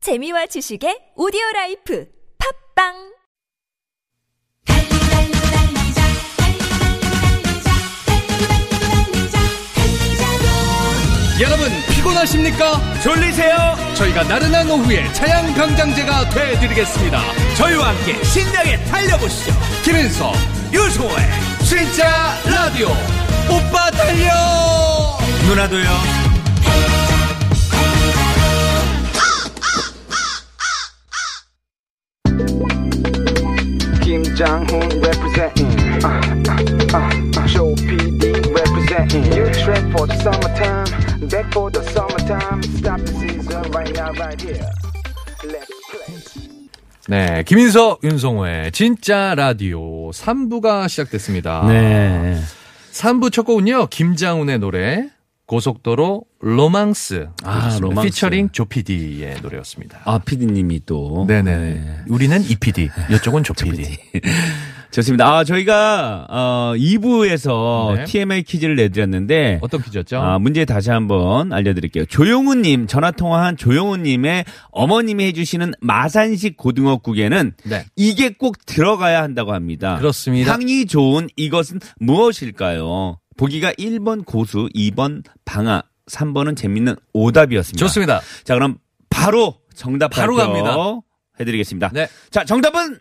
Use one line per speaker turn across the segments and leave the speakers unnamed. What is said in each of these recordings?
재미와 지식의 오디오 라이프 팝빵
여러분 피곤하십니까?
졸리세요?
저희가 나른한 오후에 차양 강장제가 되드리겠습니다.
저희와 함께 신나게 달려보시죠.
김인석
유소의
진짜 라디오 오빠 달려.
누나도요.
김장훈 representing uh, uh, uh, uh, Show PD representing You track for the summertime Back for the summertime Stop the season right now right here Let's play
네, 김인석 윤성호의 진짜 라디오 3부가 시작됐습니다.
네.
3부 첫 곡은요 김장훈의 노래 고속도로 로망스,
아, 로망스.
피처링 조피디의 노래였습니다.
아, 피디님이 또.
네네. 우리는 이PD, 이쪽은 조PD.
좋습니다. 아, 저희가, 어, 2부에서
네.
TMI 퀴즈를 내드렸는데.
어떤 퀴즈였죠?
아, 문제 다시 한번 알려드릴게요. 조용훈님, 전화통화한 조용훈님의 어머님이 해주시는 마산식 고등어국에는
네.
이게 꼭 들어가야 한다고 합니다.
그렇습니다.
향이 좋은 이것은 무엇일까요? 보기가 1번 고수, 2번 방아, 3번은 재밌는 오답이었습니다.
좋습니다.
자, 그럼 바로 정답
바로
발표
갑니다.
해드리겠습니다.
네.
자, 정답은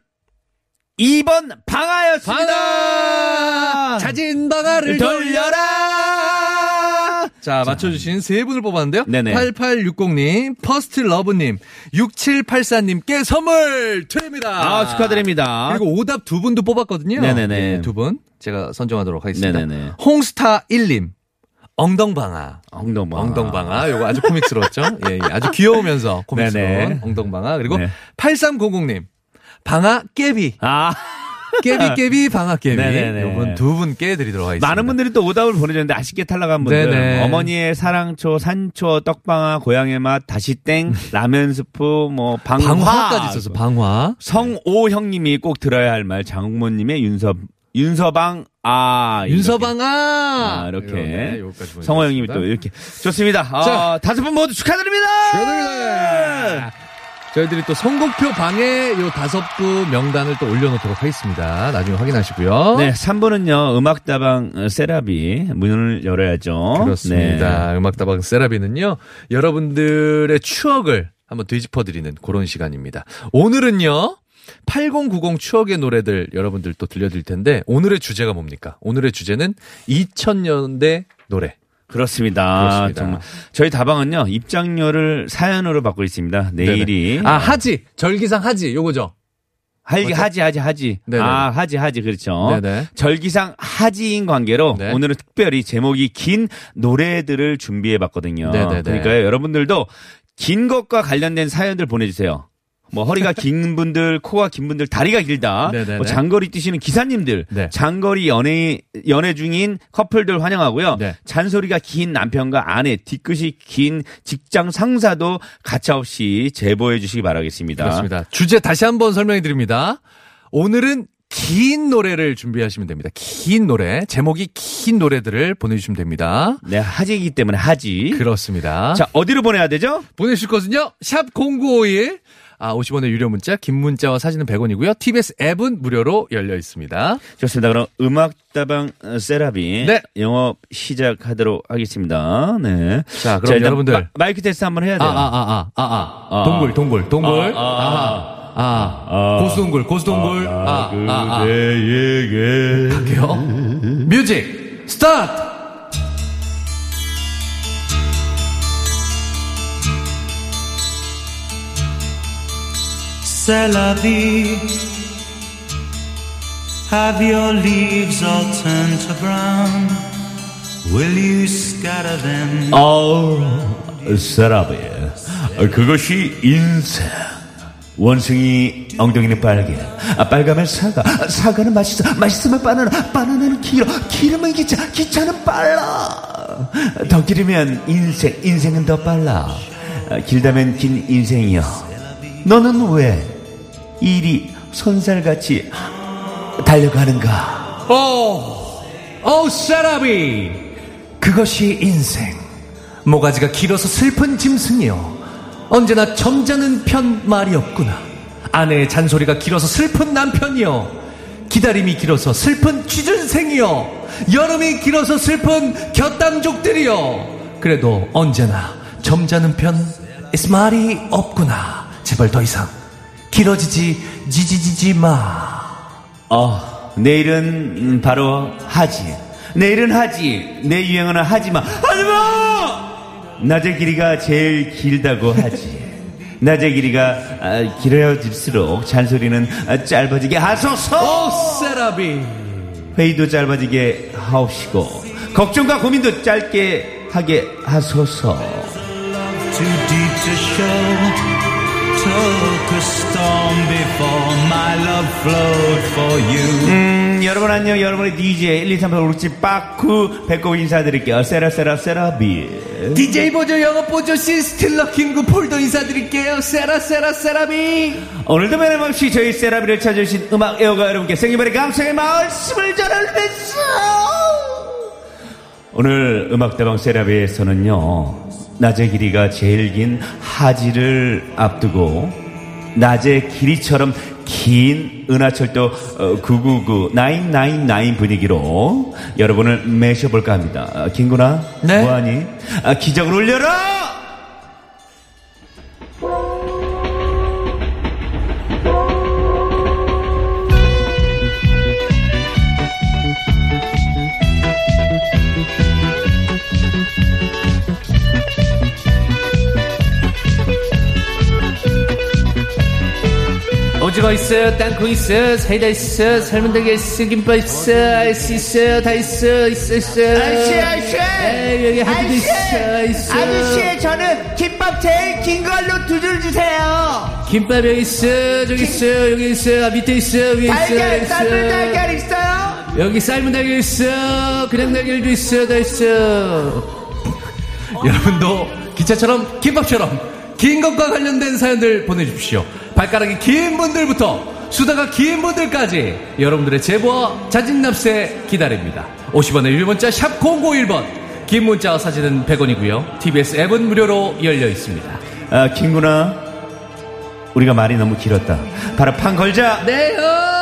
2번 방아였습니다.
방아! 자진 방아를
돌려라.
자, 맞춰주신 세 분을 뽑았는데요.
네네.
8860님, 퍼스트러브님, 6784님께 선물 드립니다.
아, 축하드립니다.
그리고 오답 두 분도 뽑았거든요. 예,
네네네.
두 분. 제가 선정하도록 하겠습니다.
네네네.
홍스타1님, 엉덩방아.
엉덩방아.
엉덩방아. 요거 아주 코믹스러웠죠? 예, 예. 아주 귀여우면서 코믹스러운
네네.
엉덩방아. 그리고
네.
8300님, 방아 깨비.
아,
깨비 깨비 방아 깨비.
네네네.
요분 두 분께 드리도록 하겠습니다.
많은 분들이 또 오답을 보내줬는데 아쉽게 탈락한 분들.
네네.
어머니의 사랑초, 산초, 떡방아, 고향의 맛, 다시 땡, 라면 스프, 뭐, 방화.
방화까지 있어서 방화.
성오 형님이 꼭 들어야 할 말, 장모님의 윤서, 윤서방, 아. 이렇게.
윤서방아
아, 이렇게.
네, 여기까지
성호 형님이 또
보내드리겠습니다. 예!
이렇게. 좋습니다. 아,
자.
다섯 분 모두 축하드립니다!
축하드립니다. 저희들이 또 선곡표 방에 요 다섯 분 명단을 또 올려놓도록 하겠습니다. 나중에 확인하시고요.
네, 3번은요, 음악다방 어, 세라비 문을 열어야죠. 네,
그렇습니다. 음악다방 세라비는요, 여러분들의 추억을 한번 뒤집어드리는 그런 시간입니다. 오늘은요, 8090 추억의 노래들 여러분들 또 들려드릴 텐데, 오늘의 주제가 뭡니까? 오늘의 주제는 2000년대 노래.
습니다
그렇습니다.
정말. 저희 다방은요, 입장료를 사연으로 받고 있습니다. 내일이.
네네. 아, 하지! 절기상 하지! 요거죠?
하지, 하지, 하지, 하지.
네네.
아, 하지, 하지, 그렇죠.
네네.
절기상 하지인 관계로
네.
오늘은 특별히 제목이 긴 노래들을 준비해 봤거든요.
네네네.
그러니까 여러분들도 긴 것과 관련된 사연들 보내주세요. 뭐 허리가 긴 분들, 코가 긴 분들, 다리가 길다.
네네네.
뭐 장거리 뛰시는 기사님들,
네.
장거리 연애 연애 중인 커플들 환영하고요.
네.
잔소리가 긴 남편과 아내, 뒤끝이 긴 직장 상사도 가차없이 제보해 주시기 바라겠습니다.
그렇습니다. 주제 다시 한번 설명해 드립니다. 오늘은 긴 노래를 준비하시면 됩니다. 긴 노래, 제목이 긴 노래들을 보내주시면 됩니다.
네, 하지이기 때문에 하지.
그렇습니다.
자, 어디로 보내야 되죠?
보내실 것은요. 샵 0951. 아, 50원의 유료 문자, 긴 문자와 사진은 100원이고요. TBS 앱은 무료로 열려 있습니다. 아,
좋습니다. 그럼 음악다방 어, 세라비
네.
영업 시작하도록 하겠습니다. 네.
자, 그럼
일단
여러분들.
마, 마이크 테스트 한번 해야
아,
돼요.
아, 아, 아, 아, 아.
아.
동굴, 동굴, 동굴. 아,
아, 아,
아, 고수동굴, 고수동굴. 아, 아, 아.
그대에게
갈게요. 뮤직, 스타트!
C'est la vie. Have your leaves all turned to brown? Will you scatter them?
아, 세라비 어, 그것이 인생 원숭이 엉덩이는 빨개 아, 빨가면 사과 아, 사과는 맛있어 맛있으면 바나나 바나나는 길어 기름은 기차 기차는 빨라 더 길으면 인생 인생은 더 빨라 아, 길다면 긴 인생이여 너는 왜 일이 손살같이 달려가는가
오, 오, 세라비. 그것이 인생. 모가지가 길어서 슬픈 짐승이요. 언제나 점잖은 편 말이 없구나. 아내의 잔소리가 길어서 슬픈 남편이여. 기다림이 길어서 슬픈 취준생이여. 여름이 길어서 슬픈 곁담족들이여. 그래도 언제나 점잖은 편 is 말이 없구나. 제발 더 이상 길어지지 지지지지 마.
어, 내일은 음, 바로 하지. 내일은 하지. 내 유행어는 하지마. 하지마! 낮의 길이가 제일 길다고 하지. 낮의 길이가 아, 길어질수록 잔소리는 아, 짧아지게 하소서.
오 세라비.
회의도 짧아지게 하옵시고 걱정과 고민도 짧게 하게 하소서.
too deep to show. Took a storm before my love flowed for you.
음, 여러분 안녕. 여러분의 DJ 1, 2, 3, 4, 5, 6, 7, 빠꾸 배꼽 인사드릴게요. 세라 세라 세라비.
DJ 보조 영어 보조 씨 스틸러 킹구 폴더 인사드릴게요. 세라 세라 세라비.
오늘도 변함없이 저희 세라비를 찾아주신 음악 애호가 여러분께 생일발의 감성의 말씀을 전하면서 오늘 음악대방 세라비에서는요 낮의 길이가 제일 긴 하지를 앞두고 낮의 길이처럼 긴 은하철도 999 999 분위기로 여러분을 매셔볼까 합니다 아, 김구나
네.
뭐하니 아, 기적을 올려라
오징어 있어요, 땅콩 있어요, 사이다 있어요, 삶은 달걀 있어요, 김밥 있어요, 아이스 있어요, 다 있어요, 있어 있어요.
아저씨, 아저씨!
에이, 여기 하기도 있어요, 있어요.
아저씨, 저는 김밥 제일 긴 걸로 두 줄 주세요.
김밥 여기 있어요, 저기 있어요, 여기 있어요, 아, 밑에 있어요, 여기 있어요, 여기
달걀, 삶은
있어요.
달걀 있어요?
여기 삶은 달걀 있어요, 그냥 달걀도 있어요, 다 있어요. 여러분도 기차처럼 김밥처럼 긴 것과 관련된 사연들 보내주십시오. 발가락이 긴 분들부터 수다가 긴 분들까지 여러분들의 제보와 자진납세 기다립니다. 50원의 유료문자 샵 091번 긴 문자와 사진은 100원이고요. TBS 앱은 무료로 열려 있습니다.
아, 김구나. 우리가 말이 너무 길었다. 바로 판 걸자.
네요. 어!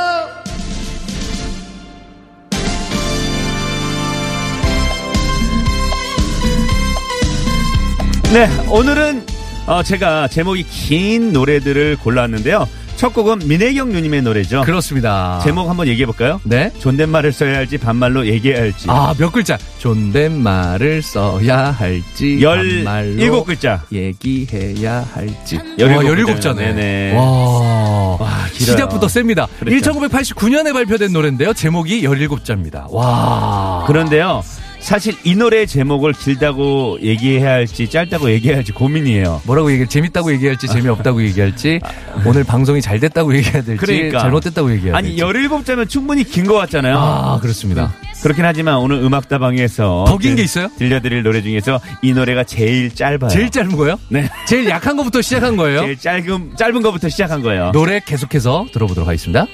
네, 오늘은 어, 제가 제목이 긴 노래들을 골랐는데요. 첫 곡은 민혜경 누님의 노래죠. 아.
그렇습니다.
제목 한번 얘기해 볼까요?
네.
존댓말을 써야 할지 반말로 얘기해야 할지.
아, 몇 글자? 존댓말을 써야 할지.
열
반말로
일곱 글자. 어,
얘기해야 할지.
열일곱
와, 열일곱
글자요.
자네.
네네.
와.
길어요.
시작부터 셉니다.
그렇죠.
1989년에 발표된 노래인데요. 제목이 17자입니다. 와.
그런데요. 사실 이 노래의 제목을 길다고 얘기해야 할지 짧다고 얘기해야 할지 고민이에요.
뭐라고 얘기 재밌다고 얘기할지
아.
재미없다고 얘기할지 오늘 방송이 잘 됐다고 얘기해야 될지
그러니까
잘못됐다고 얘기해야
아니
될지.
17자면 충분히 긴 것 같잖아요.
아, 그렇습니다.
그렇긴 하지만 오늘 음악다방에서
더긴게 있어요?
들려드릴 노래 중에서 이 노래가 제일 짧아요.
제일 짧은 거예요?
네.
제일 약한 거부터 시작한 거예요?
제일 짧은 짧은 거부터 시작한 거예요.
그렇죠? 노래 계속해서 들어보도록 하겠습니다.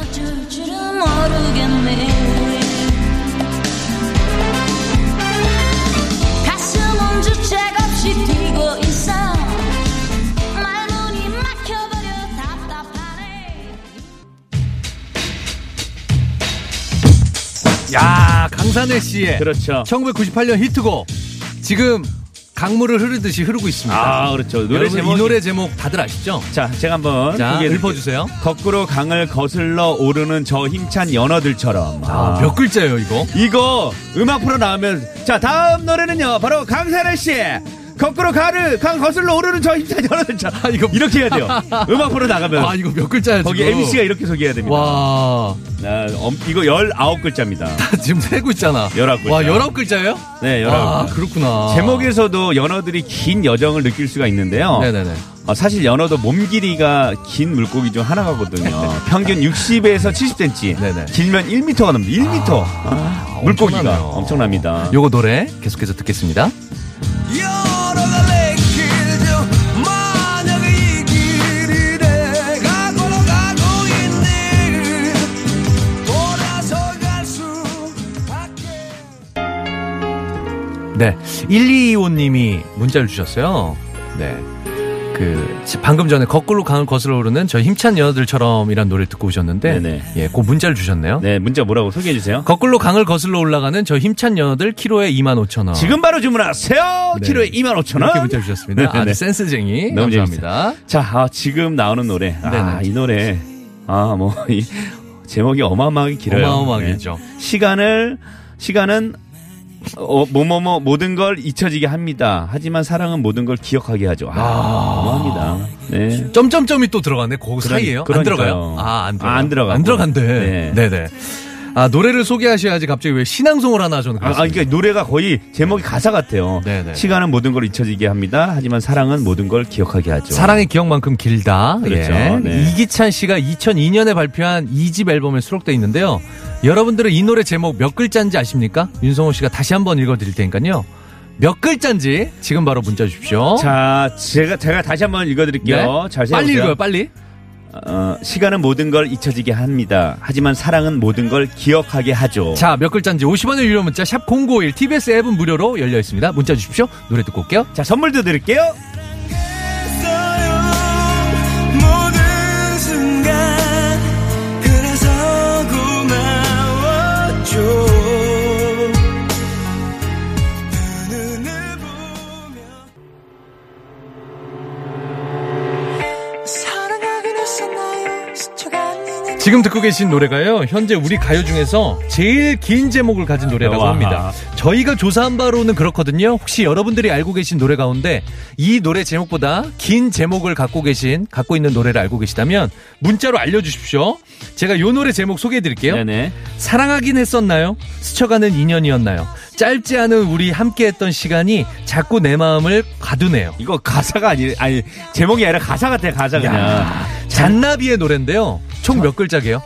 어쩔 줄은 모르겠네 가슴은 주책없이 뛰고 있어 말문이 막혀버려 답답하네
야 강산의 씨의
그렇죠.
어. 1998년 히트곡 지금 강물을 흐르듯이 흐르고 있습니다.
아, 그렇죠. 노래
노래
제목
이 노래 제목 다들 아시죠?
자, 제가 한번
자
소개해드릴게요.
읊어주세요.
거꾸로 강을 거슬러 오르는 저 힘찬 연어들처럼.
아, 몇 글자예요 이거?
이거 음악 프로 나오면 자 다음 노래는요 바로 강산아 씨의 거꾸로 가를 강 거슬러 오르는 저 힘찬 연어들처럼
아, 이거-
이렇게 해야 돼요 음악 프로 나가면
아 이거 몇 글자야
네. 거기
지금?
MC가 이렇게 소개해야 됩니다
와
아, 엄- 이거 19글자입니다
지금 세고 있잖아.
열아홉 글자.
와 열아홉 글자예요?
네
아
19글자
그렇구나.
제목에서도 연어들이 긴 여정을 느낄 수가 있는데요
네네네.
어, 사실 연어도 몸 길이가 긴 물고기 중 하나거든요 평균 60에서 70cm
네. 네네. 아,
길면 1m가 넘니다 1m 물고기가
엄청나네요.
엄청납니다
요거 노래 계속해서 듣겠습니다.
아. 여러가 내 길죠 만약에 이 길이 내가 걸어가고 있니 돌아서 갈수 밖에
네. 1225님이 문자를 주셨어요. 네. 그 방금 전에 거꾸로 강을 거슬러 오르는 저 힘찬 여자들처럼이란 노래를 듣고 오셨는데
네네.
예, 그 문자를 주셨네요.
네, 문자 뭐라고 소개해 주세요.
거꾸로 강을 거슬러 올라가는 저 힘찬 여자들 키로에 2만 5천 원.
지금 바로 주문하세요.
아. 네.
키로에 25,000원.
이렇게 문자 주셨습니다.
네네.
아주 센스쟁이
너무
감사합니다.
자, 아, 지금 나오는 노래. 아,
네네.
이 노래. 아, 뭐, 이, 제목이 어마어마하게 길어요.
어마어마하게죠.
네. 시간을, 시간은, 어, 뭐뭐뭐 모든 걸 잊혀지게 합니다. 하지만 사랑은 모든 걸 기억하게 하죠. 아, 어마합니다. 네.
점점점이 또 들어가네. 그 사이에요? 안
그러니까요.
들어가요? 아, 안 들어가.
아, 안 들어가고.
안 들어간대.
네.
네. 네 아, 노래를 소개하셔야지 갑자기 왜 신앙송을 하나 저는
아, 아,
그랬습니다.
그러니까 노래가 거의 제목이 가사 같아요.
네. 네네.
시간은 모든 걸 잊혀지게 합니다. 하지만 사랑은 모든 걸 기억하게 하죠.
사랑의 기억만큼 길다.
그렇죠.
예.
네.
이기찬 씨가 2002년에 발표한 2집 앨범에 수록돼 있는데요. 여러분들은 이 노래 제목 몇 글자인지 아십니까? 윤성호 씨가 다시 한번 읽어드릴 테니까요. 몇 글자인지 지금 바로 문자 주십시오.
자, 제가 제가 다시 한번 읽어드릴게요.
예?
자세히
네? 빨리
보세요.
읽어요, 빨리.
어, 시간은 모든 걸 잊혀지게 합니다. 하지만 사랑은 모든 걸 기억하게 하죠. 자,
자, 몇 글자인지 50원의 유료 문자 샵 0951 TBS 앱은 무료로 열려 있습니다. 문자 주십시오. 노래 듣고 올게요.
선물도 드릴게요.
모든 순간 그래서 고마웠죠 그 눈을 보며 사랑하긴 했었나요 스쳐간 인연
지금 듣고 계신 노래가요. 현재 우리 가요 중에서 제일 긴 제목을 가진 노래라고
와.
합니다. 저희가 조사한 바로는 그렇거든요. 혹시 여러분들이 알고 계신 노래 가운데 이 노래 제목보다 긴 제목을 갖고 계신 갖고 있는 노래를 알고 계시다면 문자로 알려 주십시오. 제가 요 노래 제목 소개해 드릴게요.
네네.
사랑하긴 했었나요? 스쳐가는 인연이었나요? 짧지 않은 우리 함께 했던 시간이 자꾸 내 마음을 가두네요.
이거 가사가 아니 아니 제목이 아니라 가사 같아 가사 그냥
잔나비의 노래인데요. 총 몇 글자게요?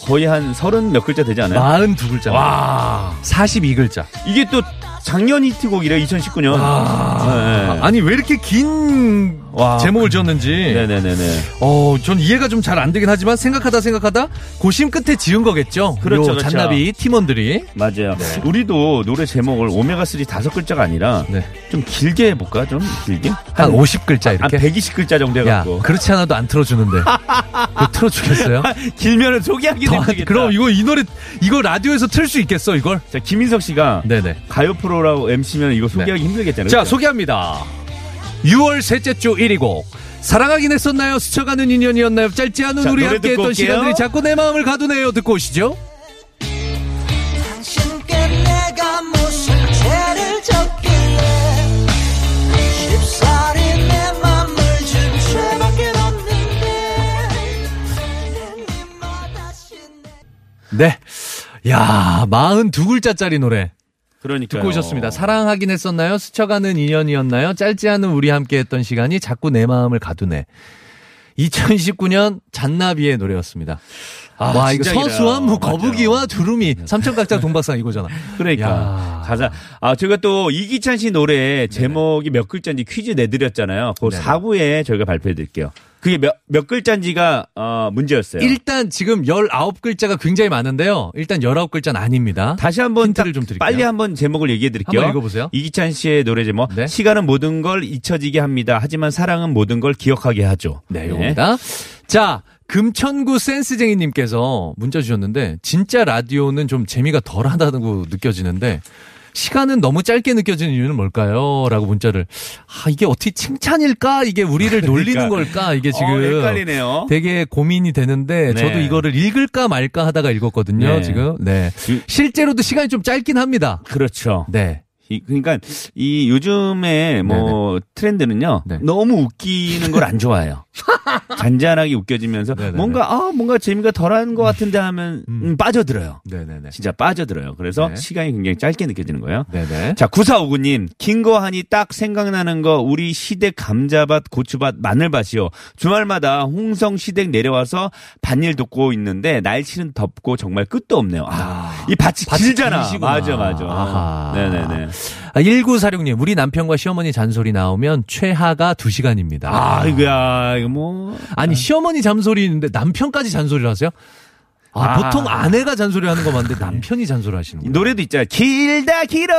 거의 한 서른 몇 글자 되지 않아요?
42글자. 와. 42글자.
이게 또 작년 히트곡이래 2019년. 네.
아니 왜 이렇게 긴
와.
제목을 지었는지
네네네네.
어, 전 이해가 좀 잘 안 되긴 하지만 생각하다 생각하다 고심 끝에 지은 거겠죠.
그렇죠,
요
그렇죠.
잔나비 팀원들이
맞아요. 우리도 노래 제목을 오메가 3 다섯 글자가 아니라
네.
좀 길게 해볼까? 좀 길게?
한 50글자
한
이렇게
120글자 정도
야,
해갖고.
그렇지 않아도 안 틀어주는데. 이거 틀어주겠어요?
길면은 소개하기
더 안-
힘들겠다.
그럼 이거 이 노래, 이거 라디오에서 틀 수 있겠어, 이걸?
자, 김인석 씨가
네네. 네.
가요 프로라고 MC면 이거 소개하기 힘들겠잖아요.
자,
그렇죠?
소개합니다. 6월 셋째 주 1위 곡. 사랑하긴 했었나요? 스쳐가는 인연이었나요? 짧지 않은
자,
우리
노래
함께
듣고
했던
올게요.
시간들이 자꾸 내 마음을 가두네요. 듣고 오시죠.
당신께 내가 무슨 죄를 졌길래 쉽사리 내 맘을 준 죄밖에 없는데 내맘 다시 내
네. 야, 42글자짜리 노래
그러니까
듣고 오셨습니다. 사랑하긴 했었나요? 스쳐가는 인연이었나요? 짧지 않은 우리 함께 했던 시간이 자꾸 내 마음을 가두네. 2019년 잔나비의 노래였습니다. 와, 이거
아, 진짜 길어요.
서수원, 뭐,
맞아요.
거북이와 두루미, 삼천각자 동박상 이거잖아.
그러니까
야.
가사 아 제가 또 이기찬 씨 노래 제목이 몇 글자인지 퀴즈 내드렸잖아요. 그
네네.
4부에 저희가 발표해드릴게요. 그게 몇, 몇 글자인지가 어, 문제였어요.
일단 지금 19글자가 굉장히 많은데요. 일단 19글자는 아닙니다.
다시 한번
힌트를
딱
좀 드릴게요.
빨리 한번 제목을 얘기해 드릴게요.
한번 읽어보세요.
이기찬 씨의 노래 제목.
네.
시간은 모든 걸 잊혀지게 합니다. 하지만 사랑은 모든 걸 기억하게 하죠.
네, 요겁니다. 자, 금천구 센스쟁이님께서 문자 주셨는데, 진짜 라디오는 좀 재미가 덜 하다고 느껴지는데, 시간은 너무 짧게 느껴지는 이유는 뭘까요? 라고 문자를. 아, 이게 어떻게 칭찬일까? 이게 우리를 놀리는 걸까? 이게 지금.
그러니까. 어, 헷갈리네요.
되게 고민이 되는데,
네.
저도 이거를 읽을까 말까 하다가 읽었거든요,
네.
지금. 네.
이-
실제로도 시간이 좀 짧긴 합니다.
그렇죠.
네.
이, 그러니까 이 요즘에 뭐 트렌드는요
네.
너무 웃기는 걸 안 좋아해요. 잔잔하게 웃겨지면서
네네네.
뭔가 아 뭔가 재미가 덜한 것 같은데 하면 음, 빠져들어요.
네네네.
진짜 빠져들어요. 그래서
네.
시간이 굉장히 짧게 느껴지는 거예요.
네네.
자, 9459님, 긴 거 하니 딱 생각나는 거, 우리 시댁 감자밭, 고추밭, 마늘밭이요. 주말마다 홍성 시댁 내려와서 밭일 돕고 있는데, 날씨는 덥고 정말 끝도 없네요. 아, 이 밭이
밭이
길잖아.
길으시구나.
맞아, 맞아.
아하.
네네네.
아, 1946님, 우리 남편과 시어머니 잔소리 나오면 최하가 2시간입니다.
아, 이거야, 이거 뭐.
아니 시어머니 잠소리 있는데 남편까지 잔소리를 하세요? 아,
아. 네.
보통 아내가 잔소리 하는 거 맞는데 남편이 잔소리 하시는 거예요.
노래도 있잖아. 길다 길어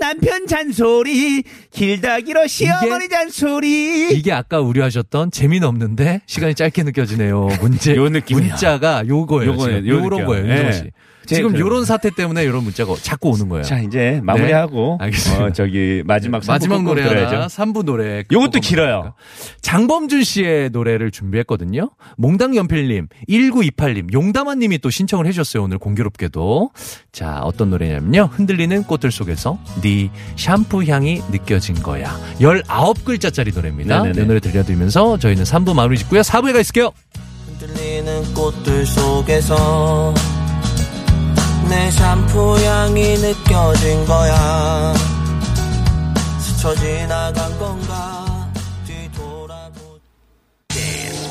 남편 잔소리, 길다 길어 시어머니 잔소리.
이게 아까 우려하셨던 재미는 없는데 시간이 짧게 느껴지네요. 문제
요 느낌이야.
문자가 요거예요.
요거예요,
지금.
요
요런
느낌.
거예요. 윤정호
예.
씨.
제-
지금
저-
요런 사태 때문에 요런 문자가 자꾸 오는 거예요.
자 이제 마무리하고
네, 알겠습니다. 네,
어, 저기 마지막 선곡
마지막
꾹꾹
노래 하나,
들어야죠.
3부 노래. 끝곡으로
요것도 길어요.
장범준 씨의 노래를 준비했거든요. 몽당연필님, 1928님, 용담아님이 또 신청을 해주셨어요. 오늘 공교롭게도. 자, 어떤 노래냐면요. 흔들리는 꽃들 속에서 네 샴푸 향이 느껴진 거야. 19글자짜리 노래입니다.
네네네.
이 노래 들려드리면서 저희는 3부 마무리 짓고요. 4부에 가 있을게요.
흔들리는 꽃들 속에서 내 샴푸 향이 느껴진 거야 스쳐 지나간 건가 뒤돌아보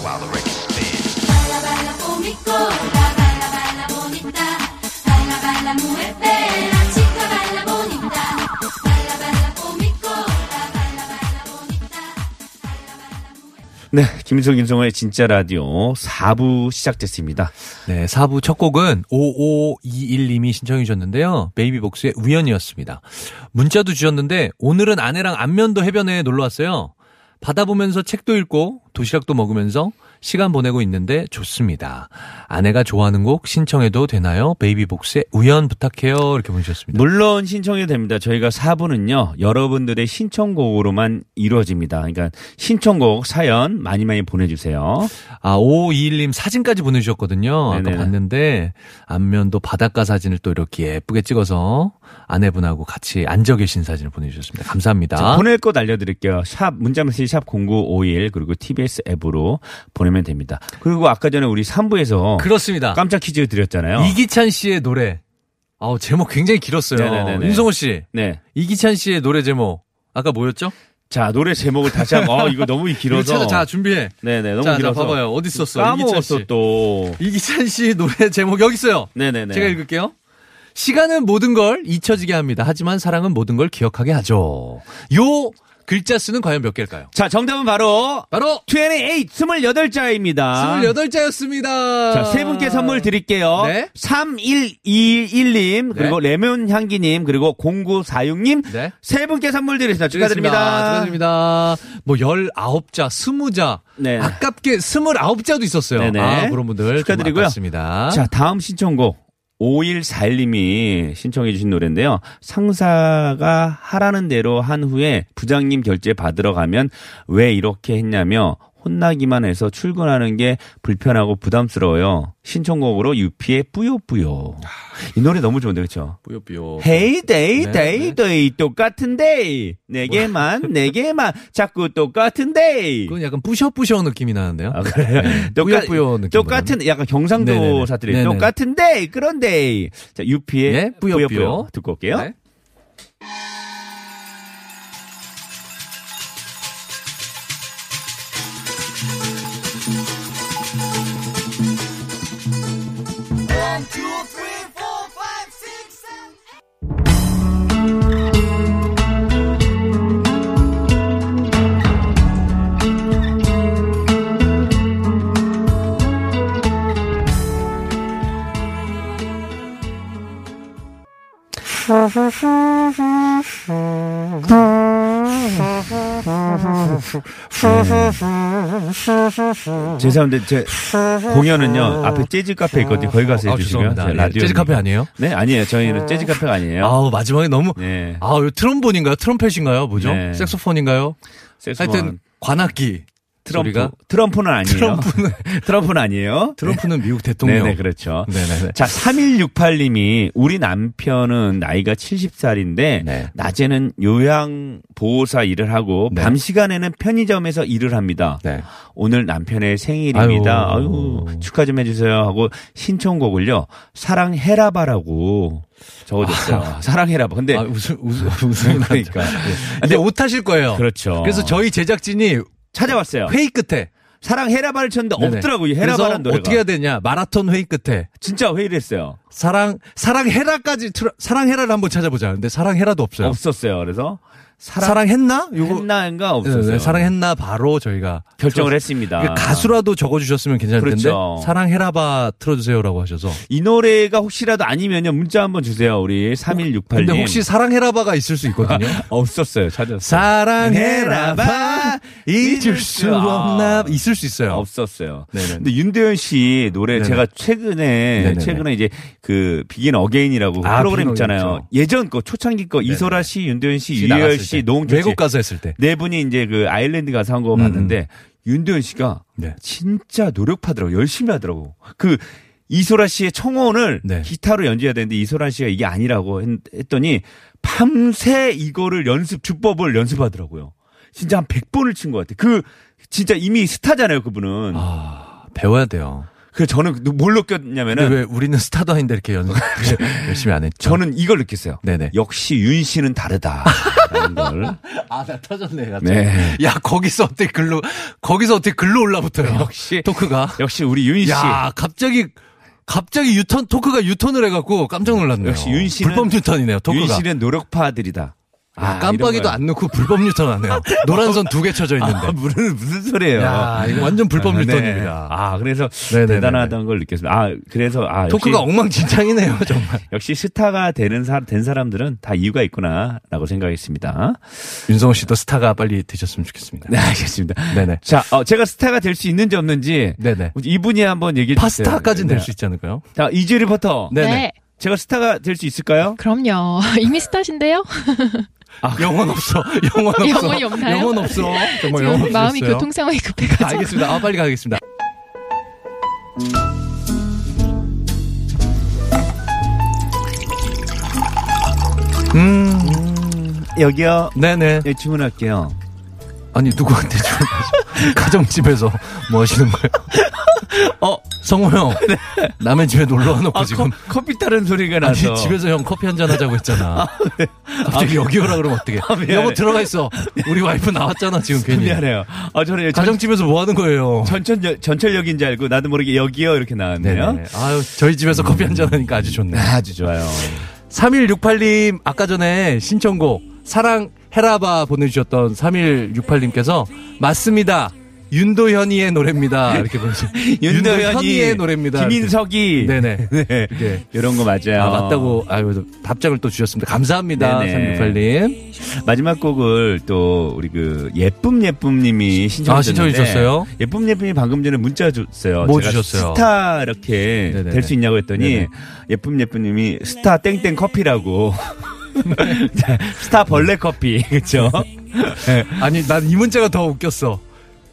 발라발라 뽀미꼬 라발라발라 보니따 발라발라 무에페라 치카발라 보니따 발라발라 뽀미꼬 라발라발라 보니따 발라발라 무에페
네, 김성 김성호의 진짜 라디오 4부 시작됐습니다.
네, 4부 첫 곡은 5521님이 신청해 주셨는데요. 베이비복스의 우연이었습니다. 문자도 주셨는데 오늘은 아내랑 안면도 해변에 놀러 왔어요. 바다 보면서 책도 읽고 도시락도 먹으면서 시간 보내고 있는데 좋습니다. 아내가 좋아하는 곡 신청해도 되나요? 베이비복스의 우연 부탁해요. 이렇게 보내주셨습니다.
물론 신청이 됩니다. 저희가 4부는요, 여러분들의 신청곡으로만 이루어집니다. 그러니까 신청곡, 사연 많이 많이 보내주세요.
아, 5521님 사진까지 보내주셨거든요. 아까
네네.
봤는데, 안면도 바닷가 사진을 또 이렇게 예쁘게 찍어서 아내분하고 같이 앉아 계신 사진을 보내주셨습니다. 감사합니다.
자, 보낼 곳 알려드릴게요. 샵, 문자메시지 샵 0951, 그리고 TBS 앱으로 보내면 됩니다. 그리고 아까 전에 우리 3부에서
그렇습니다.
어. 깜짝 퀴즈 드렸잖아요.
이기찬 씨의 노래. 아우, 제목 굉장히 길었어요.
네네네네.
윤성호 씨,
네.
이기찬 씨의 노래 제목. 아까 뭐였죠?
자, 노래 제목을 다시 한번, 어, 이거 너무 길어서.
이거 찾아- 자, 준비해.
네네, 너무
자, 자,
길어서.
봐봐요. 어디 있었어? 이기찬
까먹었어,
씨.
또.
이기찬 씨 노래 제목 여기 있어요.
네네네.
제가 읽을게요. 시간은 모든 걸 잊혀지게 합니다. 하지만 사랑은 모든 걸 기억하게 하죠. 요 글자 수는 과연 몇 개일까요?
자, 정답은 바로
바로
28, 28자입니다.
28자였습니다.
아. 자, 세 분께 선물 드릴게요.
네.
3121님, 그리고 레몬 향기님, 그리고 0946님.
네.
세 분께 선물 드립니다.
축하드립니다.
축하드립니다.
축하드립니다. 뭐 19자, 20자,
네.
아깝게 29자도 있었어요.
네네.
아, 그런 분들
축하드리고요.
습니다
자, 다음 신청곡. 5141님이 신청해주신 노래인데요. 상사가 하라는 대로 한 후에 부장님 결제 받으러 가면 왜 이렇게 했냐며 혼나기만 해서 출근하는 게 불편하고 부담스러워요. 신청곡으로 유피의 뿌요뿌요. 이 노래 너무 좋은데, 그쵸?
뿌요뿌요.
헤이 데이
네, 네. 뭐.
데이 데이 똑같은 데이 네 개만 네 개만 자꾸 똑같은 데이
그건 약간 뿌셔뿌셔 느낌이 나는데요.
아 그래요
뿌요 뿌요 느낌
똑같은 약간 경상도
네네네.
사투리
네네.
똑같은 데이 그런 데이 자 유피의
예, 뿌요,
뿌요
뿌요.
뿌요 듣고 올게요
네.
음. 죄송한데 제 공연은요 앞에 재즈 카페 있거든요 거기 가서
아,
해주시고요
죄송합니다.
제
예, 재즈 카페 아니에요?
네 아니에요 저희는 재즈 카페가 아니에요
아우, 마지막에 너무
네
아, 요 트럼본인가요? 트럼펫인가요? 뭐죠?
네.
색소폰인가요?
섹스먼.
하여튼 관악기
트럼프
소리가
트럼프는 아니에요
트럼프는
트럼프는 아니에요
트럼프는 미국 대통령.
네네 그렇죠
네네네.
자, 3168님이 우리 남편은 나이가 70살인데
네.
낮에는 요양보호사 일을 하고
네.
밤 시간에는 편의점에서 일을 합니다.
네.
오늘 남편의 생일입니다. 아유.
아유.
축하 좀 해주세요 하고 신청곡을요 사랑해라바라고 적어줬어요. 사랑해라바. 근데
아, 예. 웃음 웃음 웃음
그러니까.
근데 옷 하실 거예요.
그렇죠.
그래서 저희 제작진이
찾아봤어요.
회의 끝에
사랑해라바를 쳤는데
네네.
없더라고요.
그래서
해라바라는 노래가.
어떻게 해야 되냐? 마라톤 회의 끝에
진짜 회의를 했어요.
사랑 사랑해라까지 네. 틀어- 사랑해라를 한번 찾아보자. 근데 사랑해라도 없어요.
없었어요. 그래서 사랑,
사랑했나? 요거
했나인가
네,
없었어요.
네, 사랑했나 바로 저희가
결정을
들었-
했습니다.
그러니까 가수라도 적어주셨으면 괜찮을
그렇죠.
텐데 사랑해라바 틀어주세요라고 하셔서
이 노래가 혹시라도 아니면요 문자 한번 주세요 우리 3168님.
근데 혹시 사랑해라바가 있을 수 있거든요.
없었어요 찾았어요.
사랑해라바 잊을 수
아.
없나 있을 수 있어요.
없었어요.
네네네.
근데 윤대현 씨 노래
네네.
제가 최근에
네네네.
최근에 이제 그 비긴 어게인이라고
아,
프로그램
비긴
있잖아요.
어게인이죠.
예전 거 초창기 거 이소라 씨, 윤대현 씨, 유열
나갔을
씨,
때.
노홍철 씨
외국 가수 했을 때.
네 분이 이제 그 아일랜드 가서 한 거 봤는데 윤대현 씨가
음, 네.
진짜 노력하더라고 열심히 하더라고 그 이소라 씨의 청혼을
네.
기타로 연주해야 되는데 이소라 씨가 이게 아니라고 했, 했더니 밤새 이거를 연습 주법을 연습하더라고요 진짜 한 100번을 친 것 같아 그 진짜 이미 스타잖아요 그분은
아, 배워야 돼요.
그 저는 뭘
근데
느꼈냐면은
네, 왜 우리는 스타도 아닌데 이렇게 연습 열심히 안 했죠?
저는 이걸 느꼈어요
네네.
역시 윤 씨는 다르다라는 걸
아, 나 터졌네. 갑자기.
네.
야, 거기서 어떻게 글로, 거기서 어떻게 글로 올라붙어요.
역시.
토크가.
역시 우리 윤 씨
야, 갑자기, 갑자기 유턴, 토크가 유턴을 해갖고 깜짝 놀랐네요.
역시 윤 씨는
어, 불법 유턴이네요, 토크가.
윤 씨는 노력파들이다
아,
이런
깜빡이도
거야.
안 넣고 불법 유턴 하네요. 노란 선 두 개 쳐져 있는데.
아, 무슨, 무슨 소리예요?
야, 이거 완전 불법
아, 네.
유턴입니다.
아, 그래서
네네네네.
대단하다는 걸 느꼈습니다. 아, 그래서 아, 역시,
토크가 엉망진창이네요, 정말.
역시 스타가 되는 사, 된 사람들은 다 이유가 있구나라고 생각했습니다.
윤성호 씨도 스타가 빨리 되셨으면 좋겠습니다.
네, 알겠습니다.
네네.
자, 어, 제가 스타가 될 수 있는지 없는지
네네.
이분이 한번 얘기해 주세요.
파스타까지는 될
네.
수 있지 않을까요?
자, 이주 리포터.
네네.
제가 스타가 될 수 있을까요?
그럼요. 이미 스타신데요?
아, 영혼 없어. 영혼 없어.
영혼이 없나요?
영혼 없어. 정말 뭐 영혼 없어.
지금 마음이 교통 상황이 급해가지고.
알겠습니다. 아, 빨리 가겠습니다. 음,
여기요.
네네.
예, 주문할게요.
아니, 누구한테 주문하시 가정집에서 뭐 하시는 거예요? 어, 성호 형.
네.
남의 집에
아,
놀러 와놓고
그
지금.
커피 따른 소리가
아니,
나서
집에서 형 커피 한잔 하자고 했잖아.
네.
갑자기 여기 오라 그러면 어떡해.
아, 미안해.
여보, 들어가 있어. 우리 와이프 나왔잖아, 지금 괜히.
미안해요. 아, 저는 전-
가정집에서 뭐 하는 거예요?
전천 전철역인 줄 알고 나도 모르게 여기요 이렇게 나왔네요.
네네. 아유, 저희 집에서 커피 한잔 하니까 아주 좋네.
아주 좋아요.
3168님, 아까 전에 신청곡, 사랑 헤라바 보내주셨던 3168님께서, 맞습니다. 윤도현이의 노래입니다. 이렇게 보내주셨어요. 윤도현이의 노래입니다.
김인석이
이렇게. 네네.
네.
이렇게.
이런 거 맞아요.
아, 맞다고, 아유, 답장을 또 주셨습니다. 감사합니다.
네네.
3168님.
마지막 곡을 또 우리 그 예쁨 예쁨님이 신청해
아, 신청해 주셨어요?
예쁨 예쁨이 방금 전에 문자 줬어요.
뭐
제가
주셨어요?
스타 이렇게
네네네.
될 수 있냐고 했더니
네네.
예쁨 예쁨님이 스타 땡땡 커피라고 스타 벌레 커피 그렇죠?
아니, 난 이 문제가 더 웃겼어.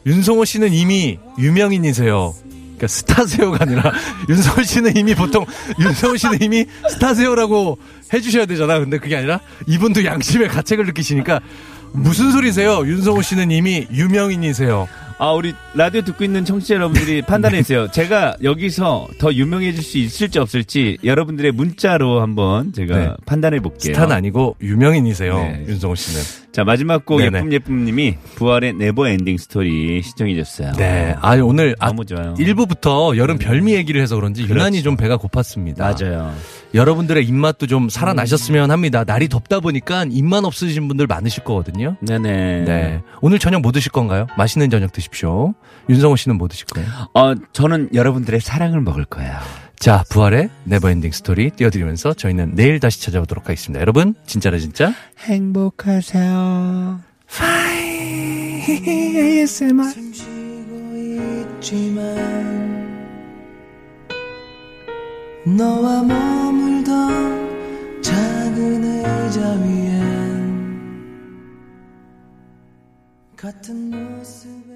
윤성호 씨는 이미 유명인이세요. 그러니까 스타세요가 아니라 윤성호 씨는 이미 보통 윤성호 씨는 이미 스타세요라고 해주셔야 되잖아. 근데 그게 아니라 이분도 양심의 가책을 느끼시니까 무슨 소리세요? 윤성호 씨는 이미 유명인이세요.
아 우리 라디오 듣고 있는 청취자 여러분들이 판단해 주세요. 제가 여기서 더 유명해질 수 있을지 없을지 여러분들의 문자로 한번 제가
네.
판단해 볼게요.
스타는 아니고 유명인이세요.
예. 네.
윤성호 씨는.
자 마지막 곡
네네.
예쁨 예쁨님이 부활의 네버 엔딩 스토리 시청해 주셨어요.
네. 아 오늘 아,
너무 좋아요.
일부부터 여름 별미 얘기를 해서 그런지 유난히
그렇죠.
좀 배가 고팠습니다.
맞아요.
여러분들의 입맛도 좀 살아나셨으면 합니다. 날이 덥다 보니까 입맛 없으신 분들 많으실 거거든요.
네네.
네. 오늘 저녁 뭐 드실 건가요? 맛있는 저녁 드십시오. 윤성호 씨는 뭐 드실 거예요?
어 저는 여러분들의 사랑을 먹을 거예요.
자, 부활의 네버엔딩 스토리 띄워드리면서 저희는 내일 다시 찾아오도록 하겠습니다. 여러분, 진짜라 진짜.
행복하세요.
숨쉬고 있지만 너와 머물던 작은 의자 위엔 같은 모습을